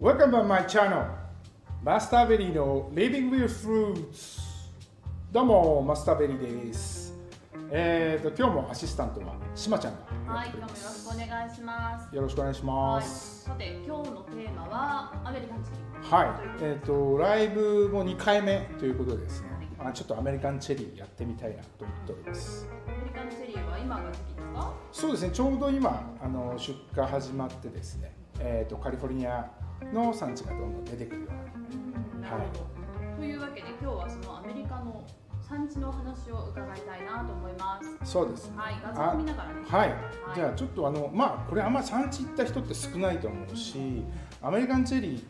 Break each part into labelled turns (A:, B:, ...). A: Welcome to my channel マスターベリーの Living with Fruits どうもマスターベリーですえーと今日もアシスタントはしまちゃんが
B: は
A: や
B: い、
A: ってく
B: 今
A: れ
B: 日も
A: ま
B: よろし
A: す
B: くお願いします。
A: よろしくお願いし
B: は
A: ま
B: い、
A: す
B: さて、今日のテーマはアメリカンチキン。
A: はい、えーとライブも2回目ということでですねあちょっとアメリカンチェリーやってみたいなと思っております
B: アメリカンチェリーは今が時期ですか。
A: そうですねちょうど今あの出荷始まってですね、えー、とカリフォルニアの産地がどんどん出てくるような
B: なるほど。というわけで、今日はそのアメリカの産地の話を伺いたいなと思います。
A: そうですね
B: はい、画像を見ながらね。
A: はい、
B: い
A: じゃあちょっとあのまあこれあんま産地行った人って少ないと思うしアメリカンチェリー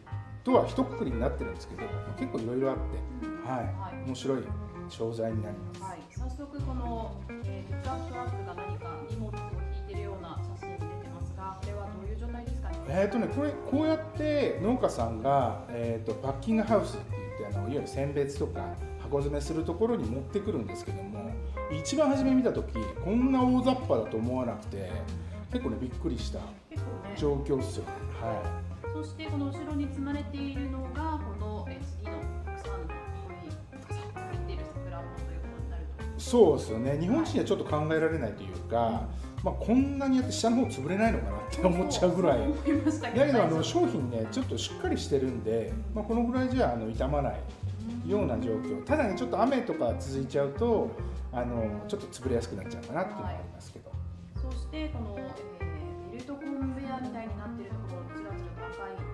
A: とは一括りになってるんですけど結構いろいろあって、は
B: はい
A: い、面白い商材になります
B: はい、早速この、えー、ピックアップトラックが何か荷物を引いているような写真出てますが、これはどういう状態ですかね。
A: えーとね、これこうやって農家さんが、えー、とパッキングハウスって言ってあのいわゆる選別とか箱詰めするところに持ってくるんですけども一番初め見た時こんな大雑把だと思わなくて結構ねびっくりした
B: 結構ね。
A: 状況っすよね。は
B: そしてこの後ろに積まれているのがこのえー次のたくさんのこういう入っている桜もということになると
A: い、そうですよね日本人にはちょっと考えられないというか、まあ、こんなにやって下の方潰れないのかなって思っちゃうぐらい
B: そ思いましたけ
A: だ
B: ど
A: けどあの
B: 大丈
A: 商品ねちょっとしっかりしてるんで、まあ、このぐらいじゃあの傷まない
B: 夫
A: ような状況ただねちょっと雨とか続いちゃうとあのちょっと潰れやすくなっちゃうかなっていうのがありますけど、
B: そしてこの、えーベルトコンベヤーみたいになっているところにちらちらと赤い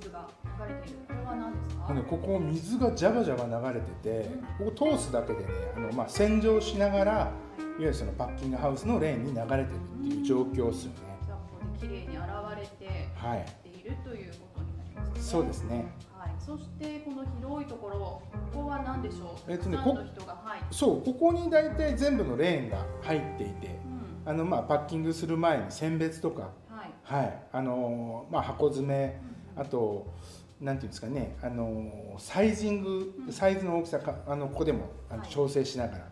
B: 粒が流れているこれは何ですか、
A: あのねここ水がジャバジャバ流れててここ通すだけでねあの、まあ、洗浄しながらいわ
B: はい
A: ゆるそのパッキングハウスのレーンに流れてるっていう状況ですよね
B: じゃあここで綺麗に現れて
A: はい
B: いるということになりますね
A: そうですね
B: はい、そしてこの広いところここは何でしょう
A: えっとね
B: たくさんの人がはい、
A: そうここに大体全部のレーンが入っていて
B: うん
A: あの、まあ、パッキングする前に選別とか
B: はい
A: はいあのまあ、箱詰めあとなんていうんですかねあのサイジング
B: うん
A: サイズの大きさかあのここでもあの
B: はい
A: 調整しながら、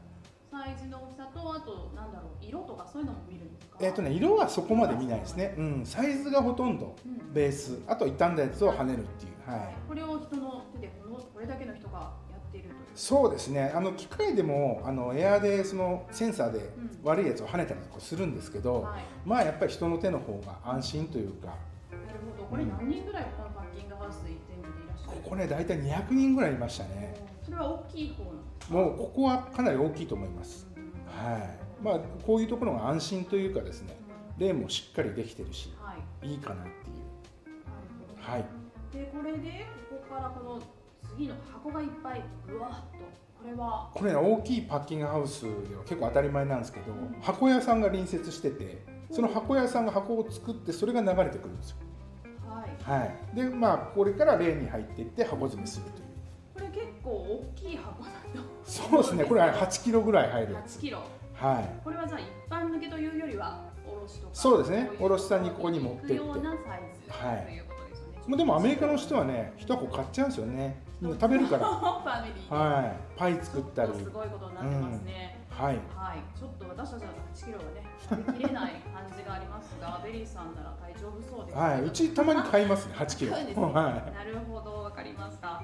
B: サイズの大きさとあとなんだろう色とかそういうのも見るんですか。
A: えっ、とね色はそこまで見ないですね、うん、サイズがほとんど
B: うん。
A: ベースあと傷んだやつを跳ねるっていう、はい、
B: これを人の手でこのこれだけの人がやっているという。
A: そうですねあの機械でもあのエアーでそのセンサーで
B: ん
A: 悪いやつを跳ねたりとかするんですけど、
B: はい。
A: まあやっぱり人の手の方が安心というか
B: なるほど。これ何人ぐらいこのパッキングハウス全部でいらっしゃ
A: こ
B: る。
A: こね大体200人ぐらいいましたね
B: それは大きい方なんですか。
A: もうここはかなり大きいと思います
B: うん
A: はい、まあこういうところが安心というかですね例もしっかりできてるし
B: はい。
A: いいかなっていう
B: なるほど
A: はい
B: でこれでここからこの次の箱がいっぱいぐわっとこれは
A: これね大きいパッキングハウスでは結構当たり前なんですけど箱屋さんが隣接しててその箱屋さんが箱を作ってそれが流れてくるんですよ
B: はい。
A: はいでまあこれからレーンに入っていって箱詰めするという
B: これ結構大きい箱だと。
A: そうですねこれあれ8キロぐらい入るやつ
B: 8キロ。
A: はい
B: これはじゃあ一般向けというよりは卸とか
A: そうですね
B: こい
A: 卸さんにここに持ってって
B: 行くようなサイズ、
A: はい
B: ということですよね
A: まあでもアメリカの人はね一箱買っちゃうんですよねみんな食べるから
B: ファミリー
A: はいパイ作ったり
B: ちょっとすごいことになってますね、
A: はい
B: はいちょっと私たちは8キロはね食べきれない感じがありま すがベリーさんなら大丈夫そうですね
A: はい、うちたまに買いますね、8キロ。
B: そうですね
A: は
B: なるほどわかりました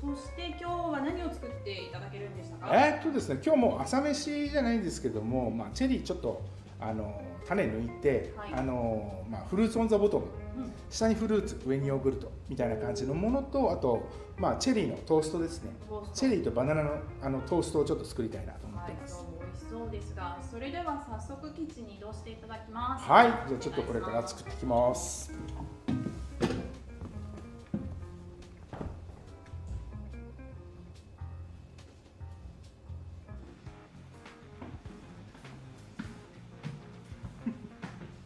B: そして今日は何を作っていただけるんでした
A: い。
B: か
A: えーっとですね、今日も朝飯じゃないんですけども、まあチェリーちょっとあの種抜いて、
B: はい
A: あのまあフルーツオンザボトム、
B: うん
A: 下にフルーツ、上にヨーグルトみたいな感じのものと、あとまあチェリーのトーストですね。
B: トースト
A: チェリーとバナナのあのトーストをちょっと作りたいなと思っ
B: は
A: て
B: い
A: ま
B: ど
A: す。
B: うも美味しそうですがそれでは早速キッチンに移動していただきます
A: はい、じゃあちょっとこれから作っていきます。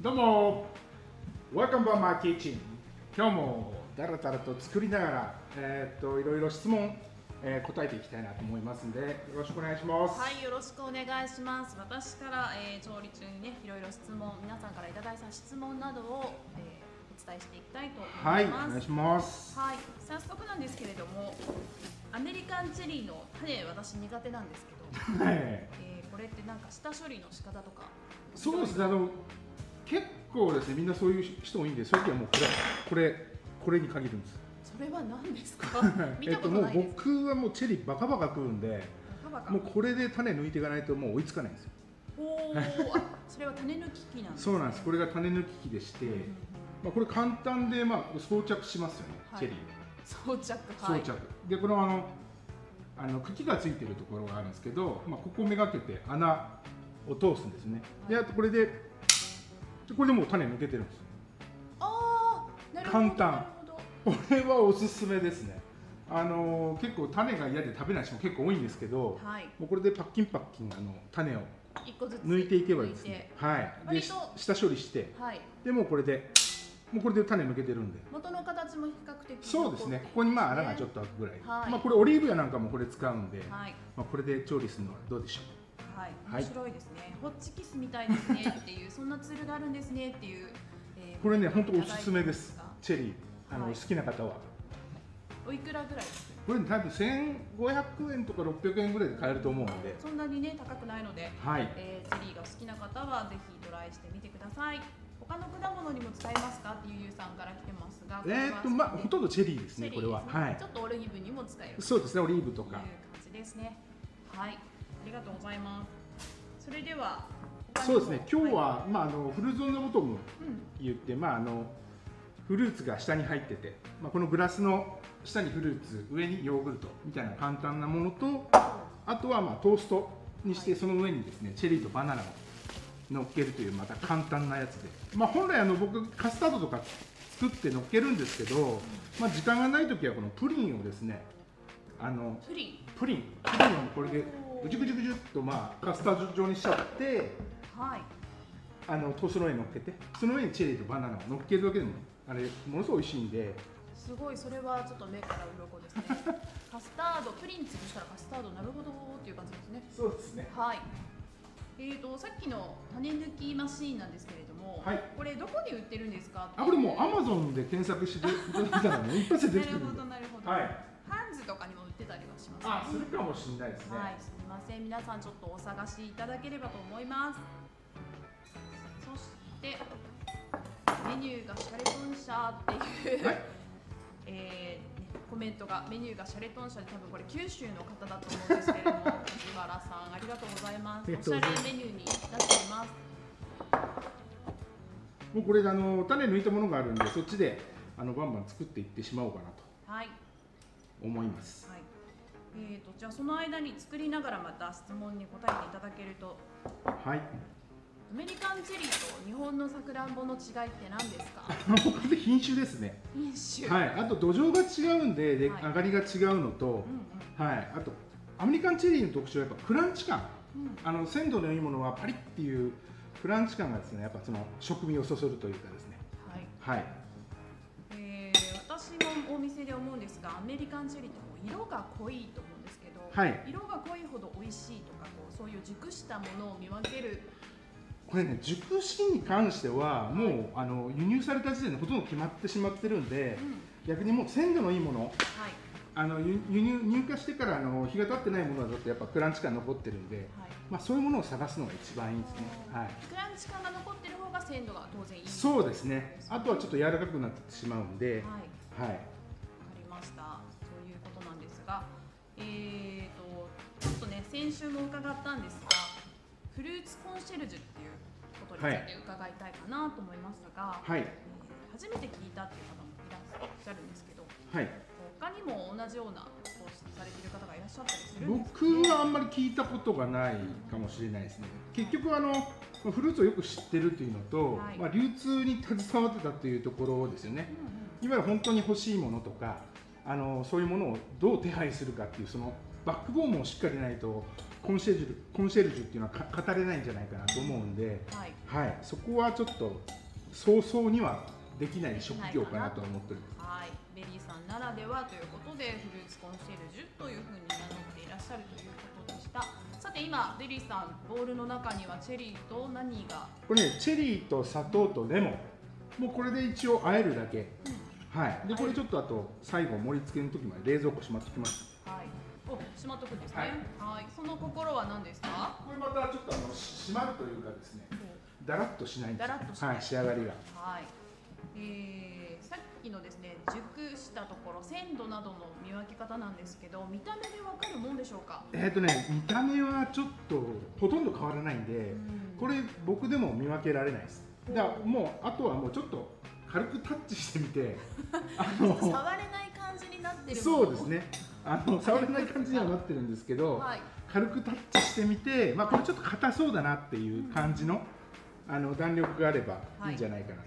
A: どうも、Welcome to my kitchen。今日もだらだらと作りながら、えーっといろいろ質問、えー答えていきたいなと思いますので、よろしくお願いします。
B: はい、よろしくお願いします。私から、えー調理中にね、いろいろ質問、皆さんからいただいた質問などを、えーお伝えしていきたいと思
A: はいい、お
B: ます。
A: 願いします。
B: はい、早速なんですけれども、アメリカンチェリーの種、私苦手なんですけど、
A: はい
B: えーこれってなんか下処理の仕方とか、
A: そうですね、あの結構ですね、みんなそういう人多いんで、そういう時はもうこれ、これ、これに限るんです。
B: それは何ですか 見
A: えった
B: ことと
A: もう
B: ないです、
A: 僕はもうチェリーバカバカ食うんで
B: カバカ
A: もうこれで種抜いていかないともう追いつかないんですよ
B: おーあそれは種抜き機なんですね
A: そうなんですこれが種抜き器でして、
B: うんうんうん
A: まあ、これ簡単でまあ装着しますよね、
B: はい
A: チェリー
B: 装着
A: 装
B: はい
A: 着、でこのあのあの茎がついてるところがあるんですけど、まあ、ここめがけて穴を通すんですねで
B: は
A: あ
B: い
A: とこれででこれでもう種抜けてるんですよ
B: ああなるほど
A: 簡単
B: なるほど
A: これはおすすめですねあのー結構種が嫌で食べない人も結構多いんですけど
B: はい
A: もうこれでパッキンパッキンあの種を
B: 一個ずつ
A: 抜いていけばいいです
B: 抜
A: ね
B: て
A: はいで
B: 割と
A: し下処理して
B: はい
A: でもうこれでもうこれで種抜けてるんで
B: 元の形も比較的
A: そうですねここにまあ穴がちょっと開くぐらい、
B: はい
A: まあ、これオリーブ油なんかもこれ使うんで、
B: はい
A: まあ、これで調理するのはどうでしょ
B: はい
A: は
B: 面
A: い
B: 白いですね、ホッチキスみたいですねっていうそんなツールがあるんですねっていう、えー
A: うこれね本当おすすめです
B: はい
A: チェリーあの、
B: はい
A: 好きな方は
B: おいくらぐらいです
A: これ多分1500円とか600円ぐらいで買えると思うので
B: そんなにね高くないので、
A: はい
B: えー、チェリーがお好きな方はぜひトライしてみてください他の果物にも使えますかっていうゆうさんから来てますが
A: えー、っとまあほとんどチェリーです
B: チェ
A: ね
B: リー
A: これははい
B: ちょっとオルギブにも使える
A: そうですねオリーブと
B: という
A: か
B: 感じですね。はい、ありがとうございます。それでは、他に
A: そう
B: も
A: ですね今日は、、まああのフルーツ・オン・ザ・ボトム
B: いうん、
A: 言ってまああのフルーツが下に入ってて、まあ、このグラスの下にフルーツ上にヨーグルトみたいな簡単なものとあとはまあトーストにして
B: は
A: その上にですねチェリーとバナナを乗っけるというまた簡単なやつで、まあ、本来あの僕カスタードとか作って乗っけるんですけど、まあ、時間がない時はこのプリンをですねあの
B: プリ
A: プリンプリンをこれでぐじゅぐじゅぐじゅっとまあカスタード状にしちゃって
B: ン、はい、
A: あのトーストの上に乗っけてその上にチェリーとバナナを乗っけるだけでもあれものすごい美味しいんです
B: ごいそれはちょっと目から鱗です ね。カスタード、プリン潰したらカスタードなるほどっていう感じですね。
A: そうですね
B: はい。えー、とさっきの種抜きマシーンなんですけれども、
A: はい
B: これどこで売ってるんですかってい
A: あこれもうアマゾンで検索していただいたらね一発でで
B: な
A: きて
B: る
A: くる
B: ほ
A: んで
B: どなるほど、
A: はい
B: ハンズとかにも売ってたりはしますね
A: あするかもしれないですね、
B: はい、すみません、皆さんちょっとお探しいただければと思います。そして、メニューがシャレトン社っていう、
A: はい
B: えーねコメントがメニューがシャレトン社で多分これ九州の方だと思うんですけれども、藤原さんありがとうございま
A: あ
B: す。
A: り
B: お
A: が
B: し
A: とう
B: ゃ
A: ござ
B: れ
A: います
B: メニューになっています。
A: もうこれであの種抜いたものがあるんでそっちであのバンバン作っていってしまおうかなと
B: はい。
A: 思います
B: はい。えーとじゃあその間に作りながらまた質問に答えていただけると
A: はい
B: アメリカンチェリーと日本のさくらんぼの違いって何ですか
A: これで品種ですね
B: 品種、
A: はいあと土壌が違うんでで、
B: はい
A: 上がりが違うのと
B: う、ん
A: はいあとアメリカンチェリーの特徴はやっぱクランチ感
B: うんうん、
A: あの鮮度のいいものはパリッっていうクランチ感がですねやっぱその食味をそそるというかですね
B: はい、
A: はい
B: えー私もお店で思うんですがアメリカンチェリーってこう色が濃いと思うんですけど、
A: はい
B: 色が濃いほど美味しいとかこうそういう熟したものを見分ける
A: これね熟しに関してはもう、あの輸入された時点でほとんど決まってしまってるんで
B: うん
A: 逆にもう鮮度のいいもの
B: はい
A: あの輸輸入入荷してからあの日が経ってないものだとやっぱクランチ感残ってるんで、
B: はい
A: まあ、そういうものを探すのが一番いいですね、はい、
B: クランチ感が残ってる方が鮮度が当然いい
A: そうですねあとはちょっと柔らかくなってしまうんで、
B: は
A: は
B: い
A: い、
B: わかりました。そういうことなんですが、えーとちょっとね先週も伺ったんですが、フルーツコンシェルジュっていうことについて伺いたいかなと思いますが、
A: はい
B: えー初めて聞いたっていう方もいらっしゃるんですけど、
A: はい、
B: 他にも同じようなことをされている方がいらっしゃったりするんです
A: 僕はあんまり聞いたことがないかもしれないですね結局あのまあフルーツをよく知ってるというのと、
B: はい
A: まあ、流通に携わってたっていうところですよね
B: うんうん
A: いわゆる本当に欲しいものとかあのそういうものをどう手配するかっていうそのバックボーンもしっかりないとコンシェルジュコンシェルジュっていうのはか語れないんじゃないかなと思うんで、
B: はい。
A: はい、そこはちょっと早々にはできない職業かなとは思ってる
B: はい、ベリーさんならではということでフルーツコンシェルジュというふうに名乗っていらっしゃるということでしたさて今ベリーさんボールの中にはチェリーと何が、
A: これねチェリーと砂糖とレモンもうこれで一応和えるだけはい、で
B: はい
A: これちょっとあと最後盛り付けの時まで冷蔵庫しまってきます
B: はい、おしまっとくんですねはいその心は何ですか
A: これまたちょっとあのし締まるというかですねだらっとしないんですよ
B: だらっとしない
A: はい、仕上がりが
B: はいえー、さっ期のですね熟したところ鮮度などの見分け方なんですけど見た目でわかるもんでしょうか、
A: えっ、とね見た目はちょっとほとんど変わらないんで、
B: うん
A: これ僕でも見分けられないですだからもうあとはもうちょっと軽くタッチしてみてあ
B: ちょっと触れない感じになってる
A: そうです
B: ね
A: ねあの触れない感じにはなってるんですけど、
B: はい
A: 軽くタッチしてみて、まあ、これちょっと硬そうだなっていう感じの,、あの弾力があればいいんじゃないかな、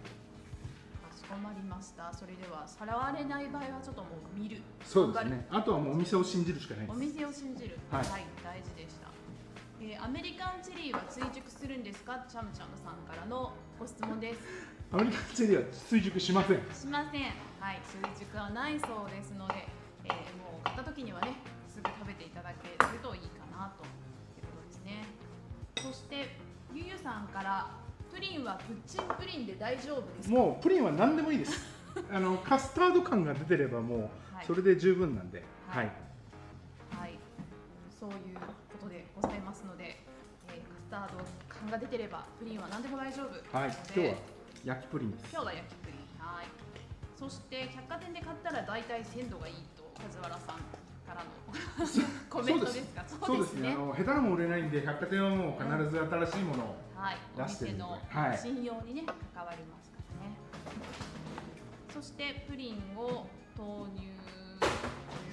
B: かしこまりましたそれではさらわれない場合はちょっともう見る
A: そうですねあとはもうお店を信じるしかないで
B: お
A: す
B: 店を信じるは、
A: はいい
B: 大事でした、えーアメリカンチリーは追熟するんですかチャムチャムさんからのご質問です
A: アメリカンチェリーは追熟しません
B: しません。はい、追熟はないそうですので、えーもう買った時にはね、すぐ食べていただけるといいかなということですね。そしてゆうゆさんからプリンはプッチンプリンで大丈夫ですか？
A: もうプリンは何でもいい ですあのカスタード感が出てればも
B: はいう
A: それで十分なんで、
B: は
A: はいい
B: はい、そういうことでございますので、えーカスタード感が出てればプリンは何でも大丈夫
A: はい、
B: なので
A: 今日は焼きプリンです
B: 今日は焼きプリンはいそして百貨店で買ったら大体鮮度がいいと梶原さんからのコメントですか
A: そうですねあの下手なもん売れないんで百貨店はもう必ず新しいものを
B: はい、お
A: 出して
B: 店
A: るんで
B: の
A: はい
B: 信用にね、関わりますからね。そしてプリンを投入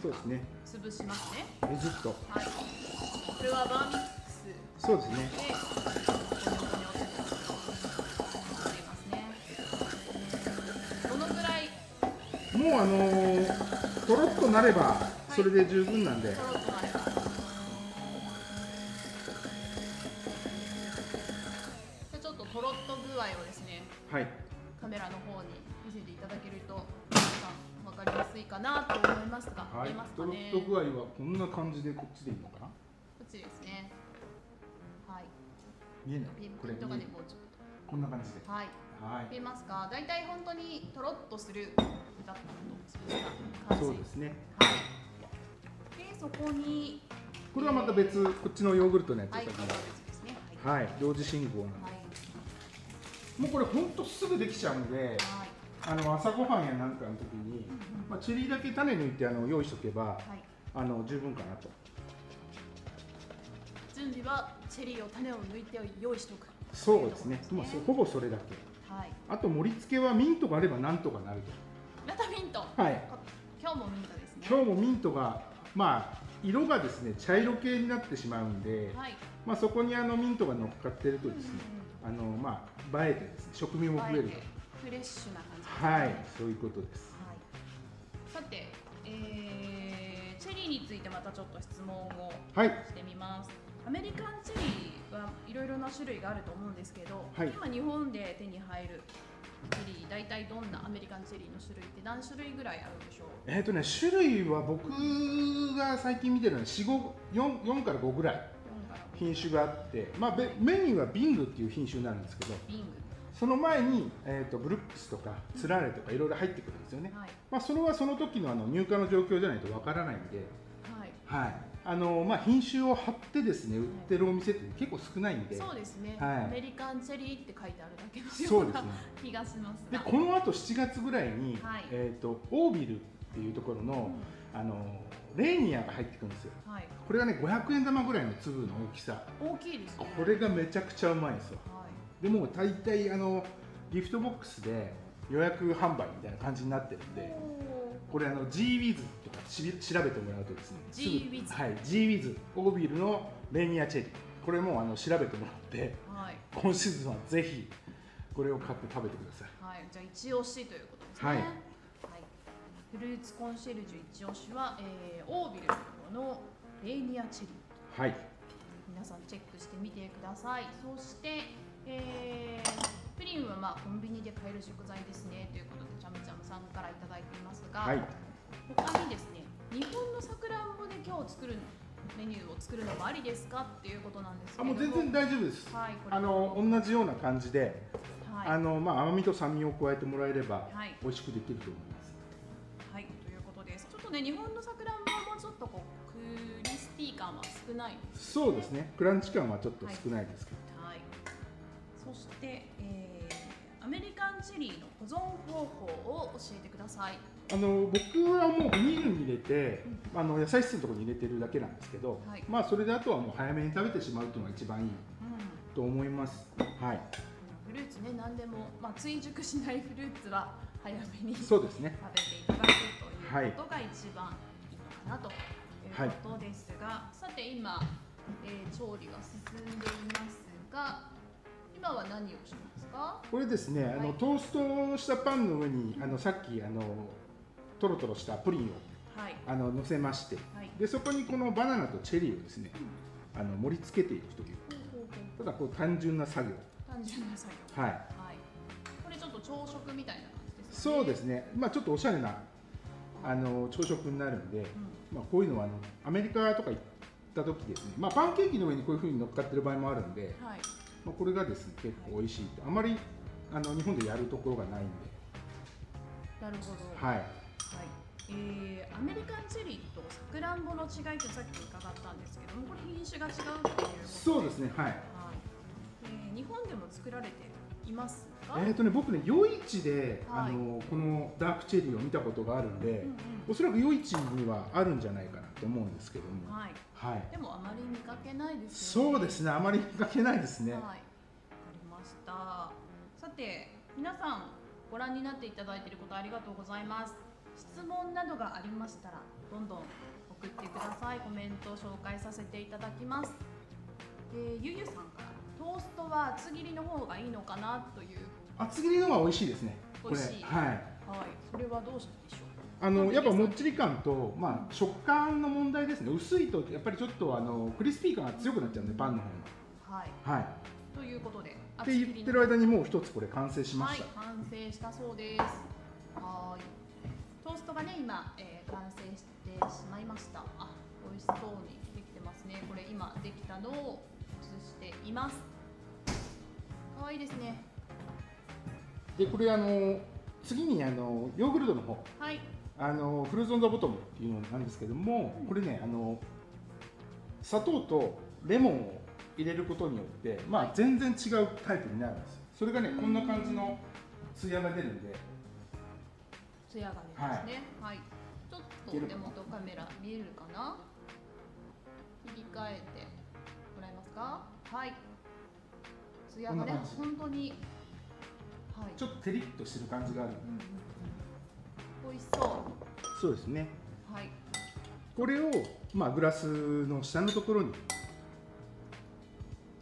A: そうですね
B: 潰しますね。
A: えずっと
B: はい。これはバーミックスで
A: そうですね
B: このようにしていますね。どのくらい
A: もうあのー、とろっとなれば
B: い
A: それで十分なんで、
B: とろっとなれば。でちょっととろっと具合をですね。
A: はい
B: カメラの方に見せていただけると皆さん分かりやすいかなと思いますが、
A: は
B: 見
A: い
B: えます
A: と
B: か
A: ろっ
B: ね
A: と具
B: こ
A: 合はこんな感じでこっちでいいのかな
B: っちですねはい
A: 見えない
B: ピン
A: これ
B: ピンとか
A: 見
B: で
A: え
B: もうちょっ
A: こんな感じで
B: とはい
A: はい
B: 見えますか大体本当にとろっとするだったとそう
A: そう
B: した感じ
A: ですね
B: はいでそこに
A: これはまた別こっちのヨーグルトのやつ
B: はい
A: です
B: こ
A: ね
B: れは別ですねはい
A: はい同時進行なんで
B: はい
A: もうこれほんとすぐできちゃうんで
B: はい
A: あの朝ごはんやなんかの時に、まあ、チェリーだけ種抜いてあの用意しとけば
B: はい
A: あの十分かなと
B: 準備はチェリーを種を抜いて用意しておく
A: そうですね
B: という
A: まあ
B: とこ
A: そう
B: ろ
A: ほぼそれだけ
B: はい
A: あと盛り付けはミントがあればなんとかなる
B: またミント
A: とはい
B: 今日もミントですね
A: 今日もミントがまあ色がですね茶色系になってしまうんで、
B: はい
A: まあ、そこにあのミントが乗っかってるとですね、あのまあ映えてですね食味も増えると
B: フレッシュな感じですね
A: はいそういうことです
B: はいさて、えーチェリーについてまたちょっと質問を
A: はい
B: してみますアメリカンチェリーはいろいろな種類があると思うんですけど、
A: はい
B: 今日本で手に入るチェリー大体どんなアメリカンチェリーの種類って何種類ぐらいあるんでしょう
A: えっ、とね種類は僕が最近見てるのは4 4 4から5ぐらい
B: 4から5
A: 品種があって、まあ、べメニューはビングっていう品種になるんですけど
B: ビン
A: その前に、えー、とブルックスとかツラーレとかいろいろ入ってくるんですよね
B: グ、はい
A: まあ、それはその時のあの入荷の状況じゃないとわからないんで、
B: はい
A: はいあのまあ、品種を貼ってですね売ってるお店って結構少ないんで
B: そうですね、
A: はい
B: アメリカンチェリーって書いてあるだけの
A: そ
B: よ
A: う
B: う
A: です
B: な
A: ね
B: 気がします
A: で
B: が
A: このあと7月ぐらいに、
B: はい
A: えー、とオービルっていうところの,、あのレーニアが入ってくるんですよ
B: うんはい、
A: これがね500円玉ぐらいの粒の大きさ
B: 大きいですね
A: これがめちゃくちゃうまいんですよ
B: はい
A: でもう大体あのギフトボックスで予約販売みたいな感じになってるんでこれあの GWiz とかし調べてもらうとですねすぐ
B: GWiz
A: はい GWiz オービルのレーニアチェリーこれもうあの調べてもらって
B: はい、
A: 今シーズンはぜひこれを買って食べてください
B: はい、じゃあ一押しということですね。
A: は
B: は
A: いい。
B: フルーツコンシェルジュ一押しは、えー、オービルのレーニアチェリー。
A: はい
B: 皆さんチェックしてみてください。そして、えー、プリンはまあコンビニで買える食材ですねということでちゃむちゃむさんからいただいていますが、
A: はい
B: 他にですね、日本のさくらんぼで今日作るメニューを作るのもありですかっていうことなんですけ
A: あ
B: れど
A: もう全然大丈夫です
B: はい、これ
A: あの同じような感じで、
B: はい、
A: あのまあ、甘みと酸味を加えてもらえれば
B: はい
A: 美味しくできると思います、
B: はい、ということです。ちょっとね、日本のさくらんぼはもうちょっとこう、クリスティ感は少ない。
A: そうですねクランチ感はちょっと少ないですけど、
B: はい。そして、えーアメリカンチェリーの保存方法を教えてください。
A: あの僕はもうビニールに入れて、あの野菜室のところに入れてるだけなんですけど、
B: はい
A: まあそれであとはもう早めに食べてしまうというのが一番いい
B: うん
A: と思いますはい
B: フルーツね何でも、まあ、追熟しないフルーツは早めに食べて
A: そうですね
B: いただくということが一番いいのかなと
A: はい
B: いうことですが、さて今、えー調理が進んでいますが今は何をしますか
A: これですね、あ
B: は
A: の
B: い
A: トーストしたパンの上にあのさっきあのトロトロしたプリンを
B: はい
A: あの乗せまして
B: はい
A: でそこにこのバナナとチェリーをですねあの盛り付けていくという
B: ほうほうほう
A: ただこう単純な作業
B: 単純な作業
A: はい
B: はいこれちょっと朝食みたいな感じですかね
A: そうですねまあちょっとおしゃれなあの朝食になるんで、
B: う
A: まあ、こういうのはあのアメリカとか行った時ですね、まあ、パンケーキの上にこういうふうに乗っかってる場合もあるんで、
B: んはい
A: まあ、これがですね結構美味しいとあまりあの日本でやるところがないんで
B: なるほど
A: はい
B: はいえーアメリカンチェリーとさくらんぼの違いってさっき伺ったんですけどもこれ品種が違うっていうこと
A: そうですねはい
B: はいえー日本でも作られていますか、
A: えーとね、僕ね、夜市で、
B: は
A: あ
B: い
A: のこのダークチェリーを見たことがあるんで、
B: うん
A: おそらく夜市にはあるんじゃないかなと思うんですけど
B: うん
A: も、
B: はい、
A: はい、
B: でもあまり見かけないですよね
A: そうですね、あまり見かけないですね。
B: はいわかりましたさて皆さんご覧になっていただいていることありがとうございます質問などがありましたらどんどん送ってくださいコメントを紹介させていただきます、えーゆゆさんからトーストは厚切りの方がいいのかなという
A: 厚切りの方が美味しいですね。これ
B: 美味しい
A: はい。
B: はいそれはどうしてでしょう
A: あのやっぱもっちり感と、まあ、食感の問題ですね薄いとやっぱりちょっとあのクリスピー感が強くなっちゃうんでパンの方
B: はい
A: のはい
B: ということで
A: っ
B: 厚
A: て
B: 切
A: 言
B: り
A: って
B: の
A: る間にもう一つこれ完成しま
B: は
A: し
B: い
A: た、、
B: 完成したそうです。はーい。トーストがね、今、えー完成してしまいました。あ、美味しそうにできてますね。これ今できたのを映しています。可愛いですね。
A: でこれあの次にあのヨーグルトの方
B: はい。
A: あのフルーツ・オン・ザ・ボトムっていうのなんですけども、これねあの砂糖とレモンを入れることによって、まあ、全然違うタイプになるんですよそれがねこんな感じの艶が出るんで
B: ツヤが出ますね。はい。ちょっと
A: いける
B: 手元カメラ見えるかな。切り替えてもらえますか。はい。ツヤが
A: こん
B: ね
A: な感じ、
B: 本当に。はい。
A: ちょっとテリッとしてる感じがある
B: うんうんうん美味しそう。
A: そうですね
B: はい、
A: これを、まあ、グラスの下のところに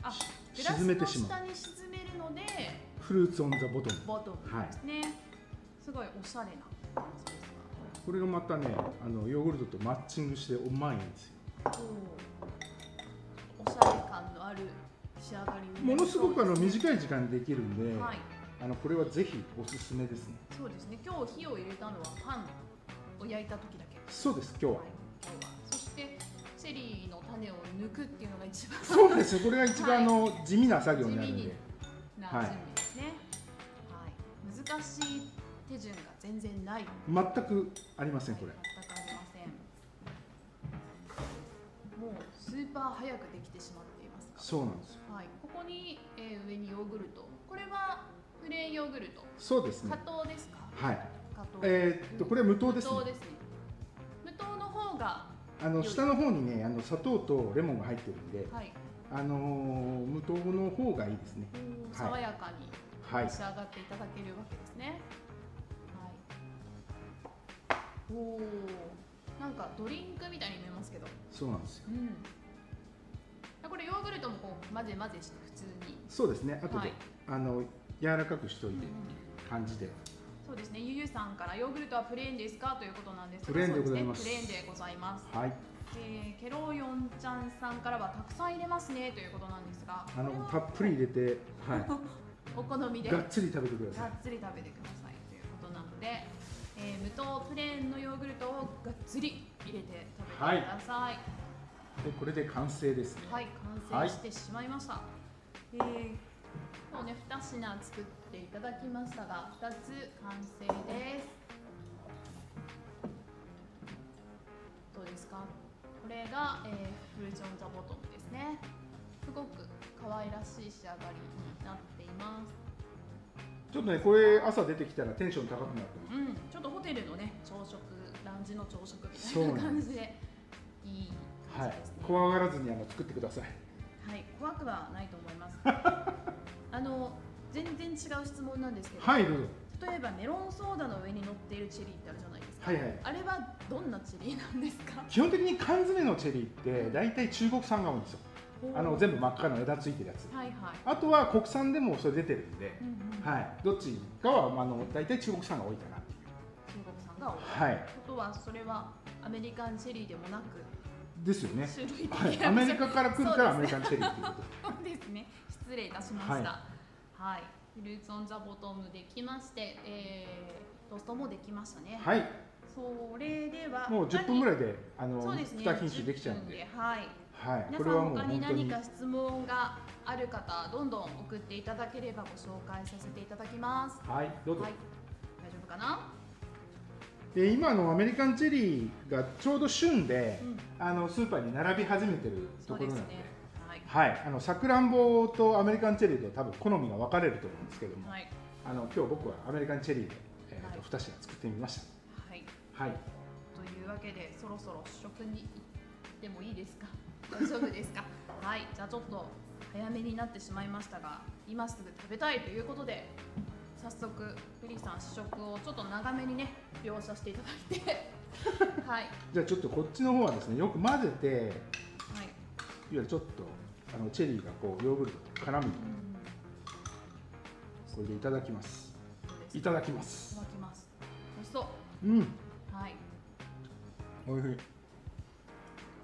B: あグラス
A: 沈め
B: の
A: てしま
B: 下に沈めるので
A: フルーツ・オン・ザ・ボトム
B: ボトムですね、すごいおしゃれな感じです
A: これがまたねあのヨーグルトとマッチングしてうまいんですよ
B: がおしゃれ感のある仕上がりにな
A: も
B: り
A: のすごくあの
B: そうですね
A: 短い時間でできるんで、
B: はい
A: あのこれはぜひおすすめですね
B: そうですね今日火を入れたのはパンを焼いた時だけ
A: そうです今日は
B: はい、今日はそしてチェリーの種を抜くっていうのが一番
A: そうですよこれが一番、
B: はい
A: あの地味な作業になるん
B: 地味
A: で
B: にな
A: はい
B: 準備ですね、はい、難しい手順が全然ない
A: 全くありませんこれ
B: はい全くありませんもうスーパー早くできてしまっていますが
A: そうなんですよ
B: はい、ここに、えー上にヨーグルトこれはプレーンヨーグルト
A: そうです
B: 加
A: ね
B: 糖ですか
A: はい
B: 加糖
A: えーっとこれは無糖ですね
B: 無糖ですね無糖の方が
A: あの下の方にねあの砂糖とレモンが入ってるんで
B: はい
A: あのー無糖の方がいいですね
B: うん
A: い
B: 爽やかに
A: はい
B: 召し上がっていただけるわけですねはい、おおなんかドリンクみたいに見えますけど
A: そうなんですよ
B: うんこれヨーグルトもこう混ぜ混ぜして普通に
A: そうですね後で、
B: はい
A: あの柔らかくしといて感じで
B: そうですねゆゆさんからヨーグルトはプレーンですかということなんですが
A: プレーンでございます
B: そうですね、プレーンでございます、
A: はい
B: えー、ケロヨンちゃんさんからはたくさん入れますねということなんですが
A: あ
B: これ
A: の
B: は
A: たっぷり入れては
B: お好み
A: い
B: で
A: がっつり食べてくだ
B: が
A: さ
B: っ
A: い
B: つり食べてくださいということなので、えー無糖プレーンのヨーグルトをがっつり入れて食べてください、はい
A: でこれで完成ですね
B: 完成してしまいました、えー今日ね2品作っていただきましたが2つ完成ですどうですかこれが、えーフルーツオンザボトムですねすごく可愛らしい仕上がりになっています
A: ちょっとねこれ朝出てきたらテンション高くなってま
B: うん、ちょっとホテルのね朝食ランチの朝食み
A: そう
B: た
A: ないん
B: な
A: です
B: 感じでい
A: す
B: い
A: は
B: 感じ
A: い
B: ですね、
A: 怖がらずにあの作ってください
B: はい、怖くはないと思い ますあの全然違う質問なんですけど、
A: はいどうぞ
B: 例えばメロンソーダの上に乗っているチェリーってあるじゃないですか、
A: はいはい
B: あれはどんなチェリーなんですか
A: 基本的に缶詰のチェリーって大体中国産が多いんですよあの全部真っ赤の枝ついてるやつ
B: はいはい、
A: あとは国産でもそれ出てるんで、
B: うんうん
A: はい、どっちかは、まあ、あの大体中国産が多いかなっていう
B: 中国産が多い
A: はい
B: ことはそれはアメリカンチェリーでもなく
A: ですよね、
B: 種類的
A: はい、
B: な
A: アメリカから来るからア
B: そう
A: メ
B: で
A: リ
B: す
A: カンチェリーっていうこと
B: そうですね失礼いたしましたはい、フルーツオンザボトムできまして、えー、トーストもできましたね、
A: はい
B: それでは
A: もう10分ぐ
B: らい
A: らいであの
B: そうですね
A: 2品種できちゃうんで
B: 10分はい
A: はい、これ
B: 皆さ
A: はも
B: ん
A: う
B: 他
A: 本
B: に
A: 当
B: 何
A: に
B: か質問がある方どんどん送っていただければご紹介させていただきます
A: はいどうぞ、
B: はい大丈夫かな
A: で今のアメリカンチェリーがちょうど旬で、
B: うん
A: あのスーパーに並び始めてると
B: そう
A: ころ
B: で
A: な
B: す
A: ん
B: ね
A: で
B: はい
A: はい、あのさくらんぼとアメリカンチェリーと多分好みが分かれると思うんですけども、
B: はい
A: あの今日僕はアメリカンチェリーで、えーと
B: はい
A: 2品作ってみまし
B: はい
A: たはい
B: というわけでそろそろ試食に行ってもい いですか大丈夫ですかはいじゃあちょっと早めになってしまいましたが今すぐ食べたいということで早速フリーさん試食をちょっと長めにね描写していた だいてはいはい
A: じゃあちょっとこっちの方はですねよく混ぜていわゆるちょっとあのチェリーがこうヨーグルトと絡むように
B: うん
A: これでいただきます
B: そうです
A: いただきま
B: い
A: す
B: ただきます美味しそう
A: うん
B: はい
A: おいしい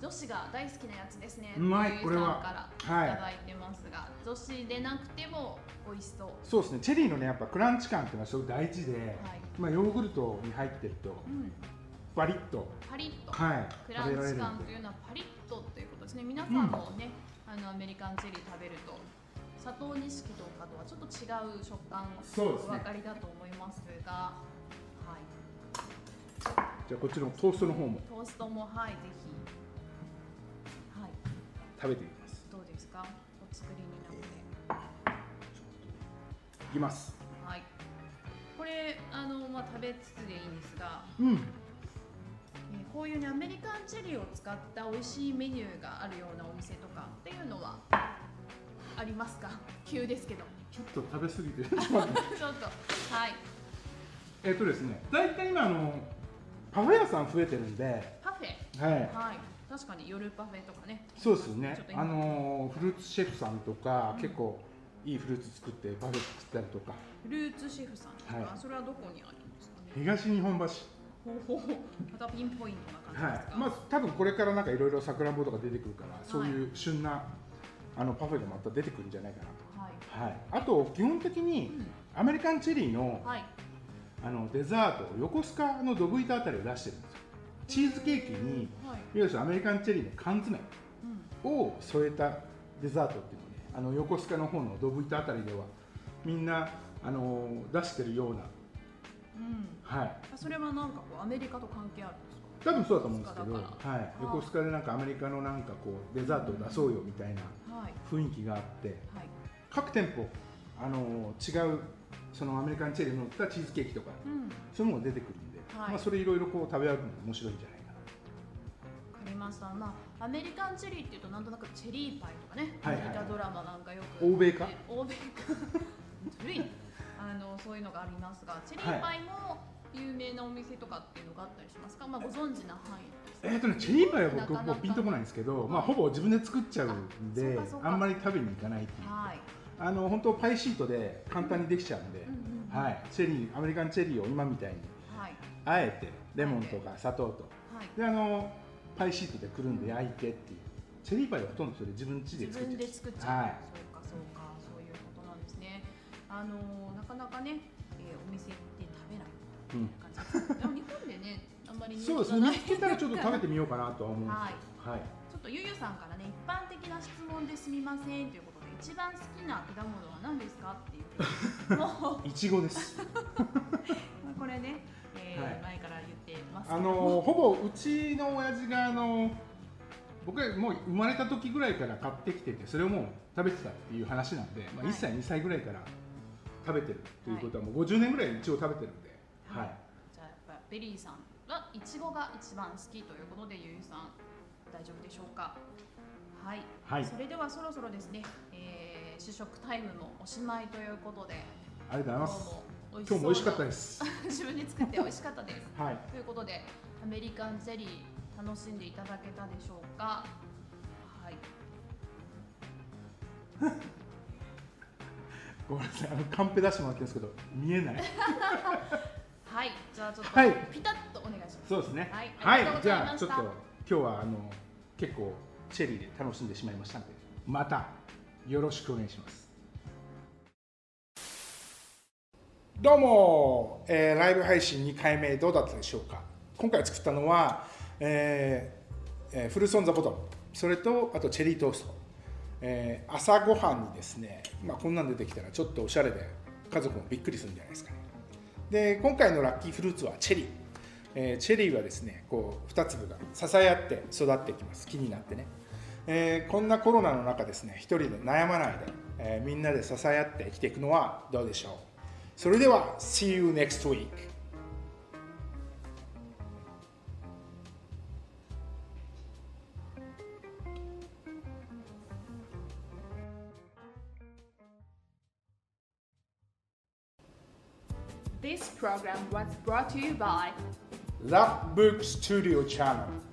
B: 女子が大好きなやつですね
A: うまい
B: とう
A: これは
B: さんから
A: はい
B: いただいてますが、女子でなくても美味しそう
A: そうですねチェリーのねやっぱクランチ感っていうのはすごく大事で、
B: はい
A: まあ、ヨーグルトに入ってると
B: うん
A: パリッと、
B: パリッと
A: はい、
B: クランチ感と
A: で
B: いうのはパリッとということですね。皆さんもね、あのアメリカンチェリー食べると砂糖錦とかとはちょっと違う食感
A: そうです
B: お
A: ね
B: 分かりだと思いますが、はい、
A: じゃあこっちのトーストの方も
B: トーストもはいぜひはい
A: 食べてみます
B: どうですかお作りになって
A: いきます
B: はいこれあのまあ食べつつでいいんですが、
A: うん
B: えーこういうねアメリカンチェリーを使った美味しいメニューがあるようなお店とかっていうのはありますか？ 急ですけど。
A: ちょっと食べ過ぎてちょっと待って
B: ちょっと、はい、
A: えっとですね大体今あのパフェ屋さん増えてるんで
B: パフェ、
A: はい
B: はい、確かに夜パフェとかね、
A: そうですよね
B: ちょっと。今
A: あのーフルーツシェフさんとか、結構いいフルーツ作ってパフェ作ったりとか、
B: フルーツシェフさんとか、
A: はい
B: それはどこにあるんですかね。
A: 東日本橋。
B: ほうほうほう、またピンポイントな感じです
A: はい。
B: か。
A: まあ多分これからなんかいろいろさくらんぼとか出てくるから、そういう旬なあのパフェがまた出てくるんじゃないかな
B: はい、
A: と。はい。あと基本的に
B: う
A: アメリカンチェリーの
B: ん、はい、
A: あのデザートを横須賀のドブ板あたりを出してるんですよ。チーズケーキにいわ
B: はい、
A: ゆるそのアメリカンチェリーの缶詰
B: うん、
A: を添えたデザートっていうのをねあの横須賀の方のドブ板あたりではみんなあの出してるような
B: うん、
A: はい
B: あそれはなんかこうアメリカと関係あるんですか。
A: 多分そうだと思うんですけど、
B: 横
A: は
B: 須賀だ
A: い、横須賀でなんかアメリカのなんかこうデザートを出そうよみたいな
B: はい、
A: 雰囲気があって
B: はい、
A: 各店舗あの違うそのアメリカンチェリーの乗ったチーズケーキとか
B: うん、わ
A: そういうのが出てくるんで、
B: はい
A: まあ、それいろいろこう食べ歩くのも面白いんじゃないかな
B: かりました。まあ、アメリカンチェリーっていうと、なんとなくチェリーパイとかね、
A: はいはいはい
B: アメリカドラマなんかよく。
A: 欧米か
B: ね欧米か。 古い。あの、そういうのがありますが、チェリーパイも有名なお店とかっていうのがあったりしますか。まあ、ご存知な範囲です
A: えーとね、チェリーパイは僕
B: なかなか
A: もうピンとこないんですけど、まあ、ほぼ自分で作っちゃうんで
B: あそうかそうか
A: あんまり食べに行かないっていう
B: はい。
A: あの本当パイシートで簡単にできちゃうんで、
B: うんうんうん
A: はい、チェリーアメリカンチェリーを今みたいに
B: はい。
A: あえてレモンとか砂糖と
B: はい。
A: であのパイシートでくるんで焼いてっていうチェリーパイはほとんどそれ自分家
B: 自
A: で作っち
B: 分
A: ゃ
B: で
A: う
B: 作っちゃう。
A: はい
B: そうか、そうか、そういうことなんですね。あのー、なかなかね、えーお店で食べな
A: う
B: い。
A: ん
B: 感じですね。でも日本でね、あんまり
A: そうで
B: 人
A: す
B: 気が
A: ね
B: な
A: 見
B: い。
A: つけたらちょっと食べてみようかなとは思うんですけどはい、
B: ちょっとゆゆさんからね、一般的な質問ですみませんということで、一番好きな果物は何ですかっていう。も
A: い、ちごです
B: う、これね、えー
A: はい
B: 前から言ってますけ
A: あ
B: ど
A: の
B: も。
A: ほぼうちの親父があの僕がもう生まれた時ぐらいから買ってきててそれをもう食べてたっていう話なんで、まあ、1
B: はい
A: 歳2歳ぐらいから食べてるということはもう50年ぐらいいちご食べてるんで、はい
B: じゃあやっぱベリーさんはいちごが一番好きということでゆうゆうさん大丈夫でしょうかはい、
A: はい
B: それではそろそろですね、えー、試食タイムもおしまいということで
A: ありがとうござい
B: 今
A: ます今
B: 日
A: 日も美味しかった
B: で
A: ですす
B: 自分で作って美味しかったです
A: はい
B: ということでアメリカンゼリー楽しんでいただけたでしょうかはい
A: ごめんなさいあのカンペ出してもらってるんですけど見えない
B: はいじゃあちょっと、
A: はい
B: ピタッとお願いします
A: そうですね
B: はいありがとうご
A: じ
B: ざい
A: ゃ
B: ま
A: あ
B: し
A: ち
B: た
A: ょっと今日はあの結構チェリーで楽しんでしまいましたのでまたよろしくお願いしますどうも、えーライブ配信2回目どうだったでしょうか今回作ったのは、えーえーフルソン・ザ・ボトムそれとあとチェリートースト、えー朝ごはんにですね、まあ、こんなん出てきたらちょっとおしゃれで家族もびっくりするんじゃないですかねで今回のラッキーフルーツはチェリー、えーチェリーはですねこう2粒が支え合って育っていきます木になってね、えーこんなコロナの中ですね一人で悩まないで、えーみんなで支え合って生きていくのはどうでしょうそれでは See you next week
C: This program was brought to you by
A: Love Book Studio Channel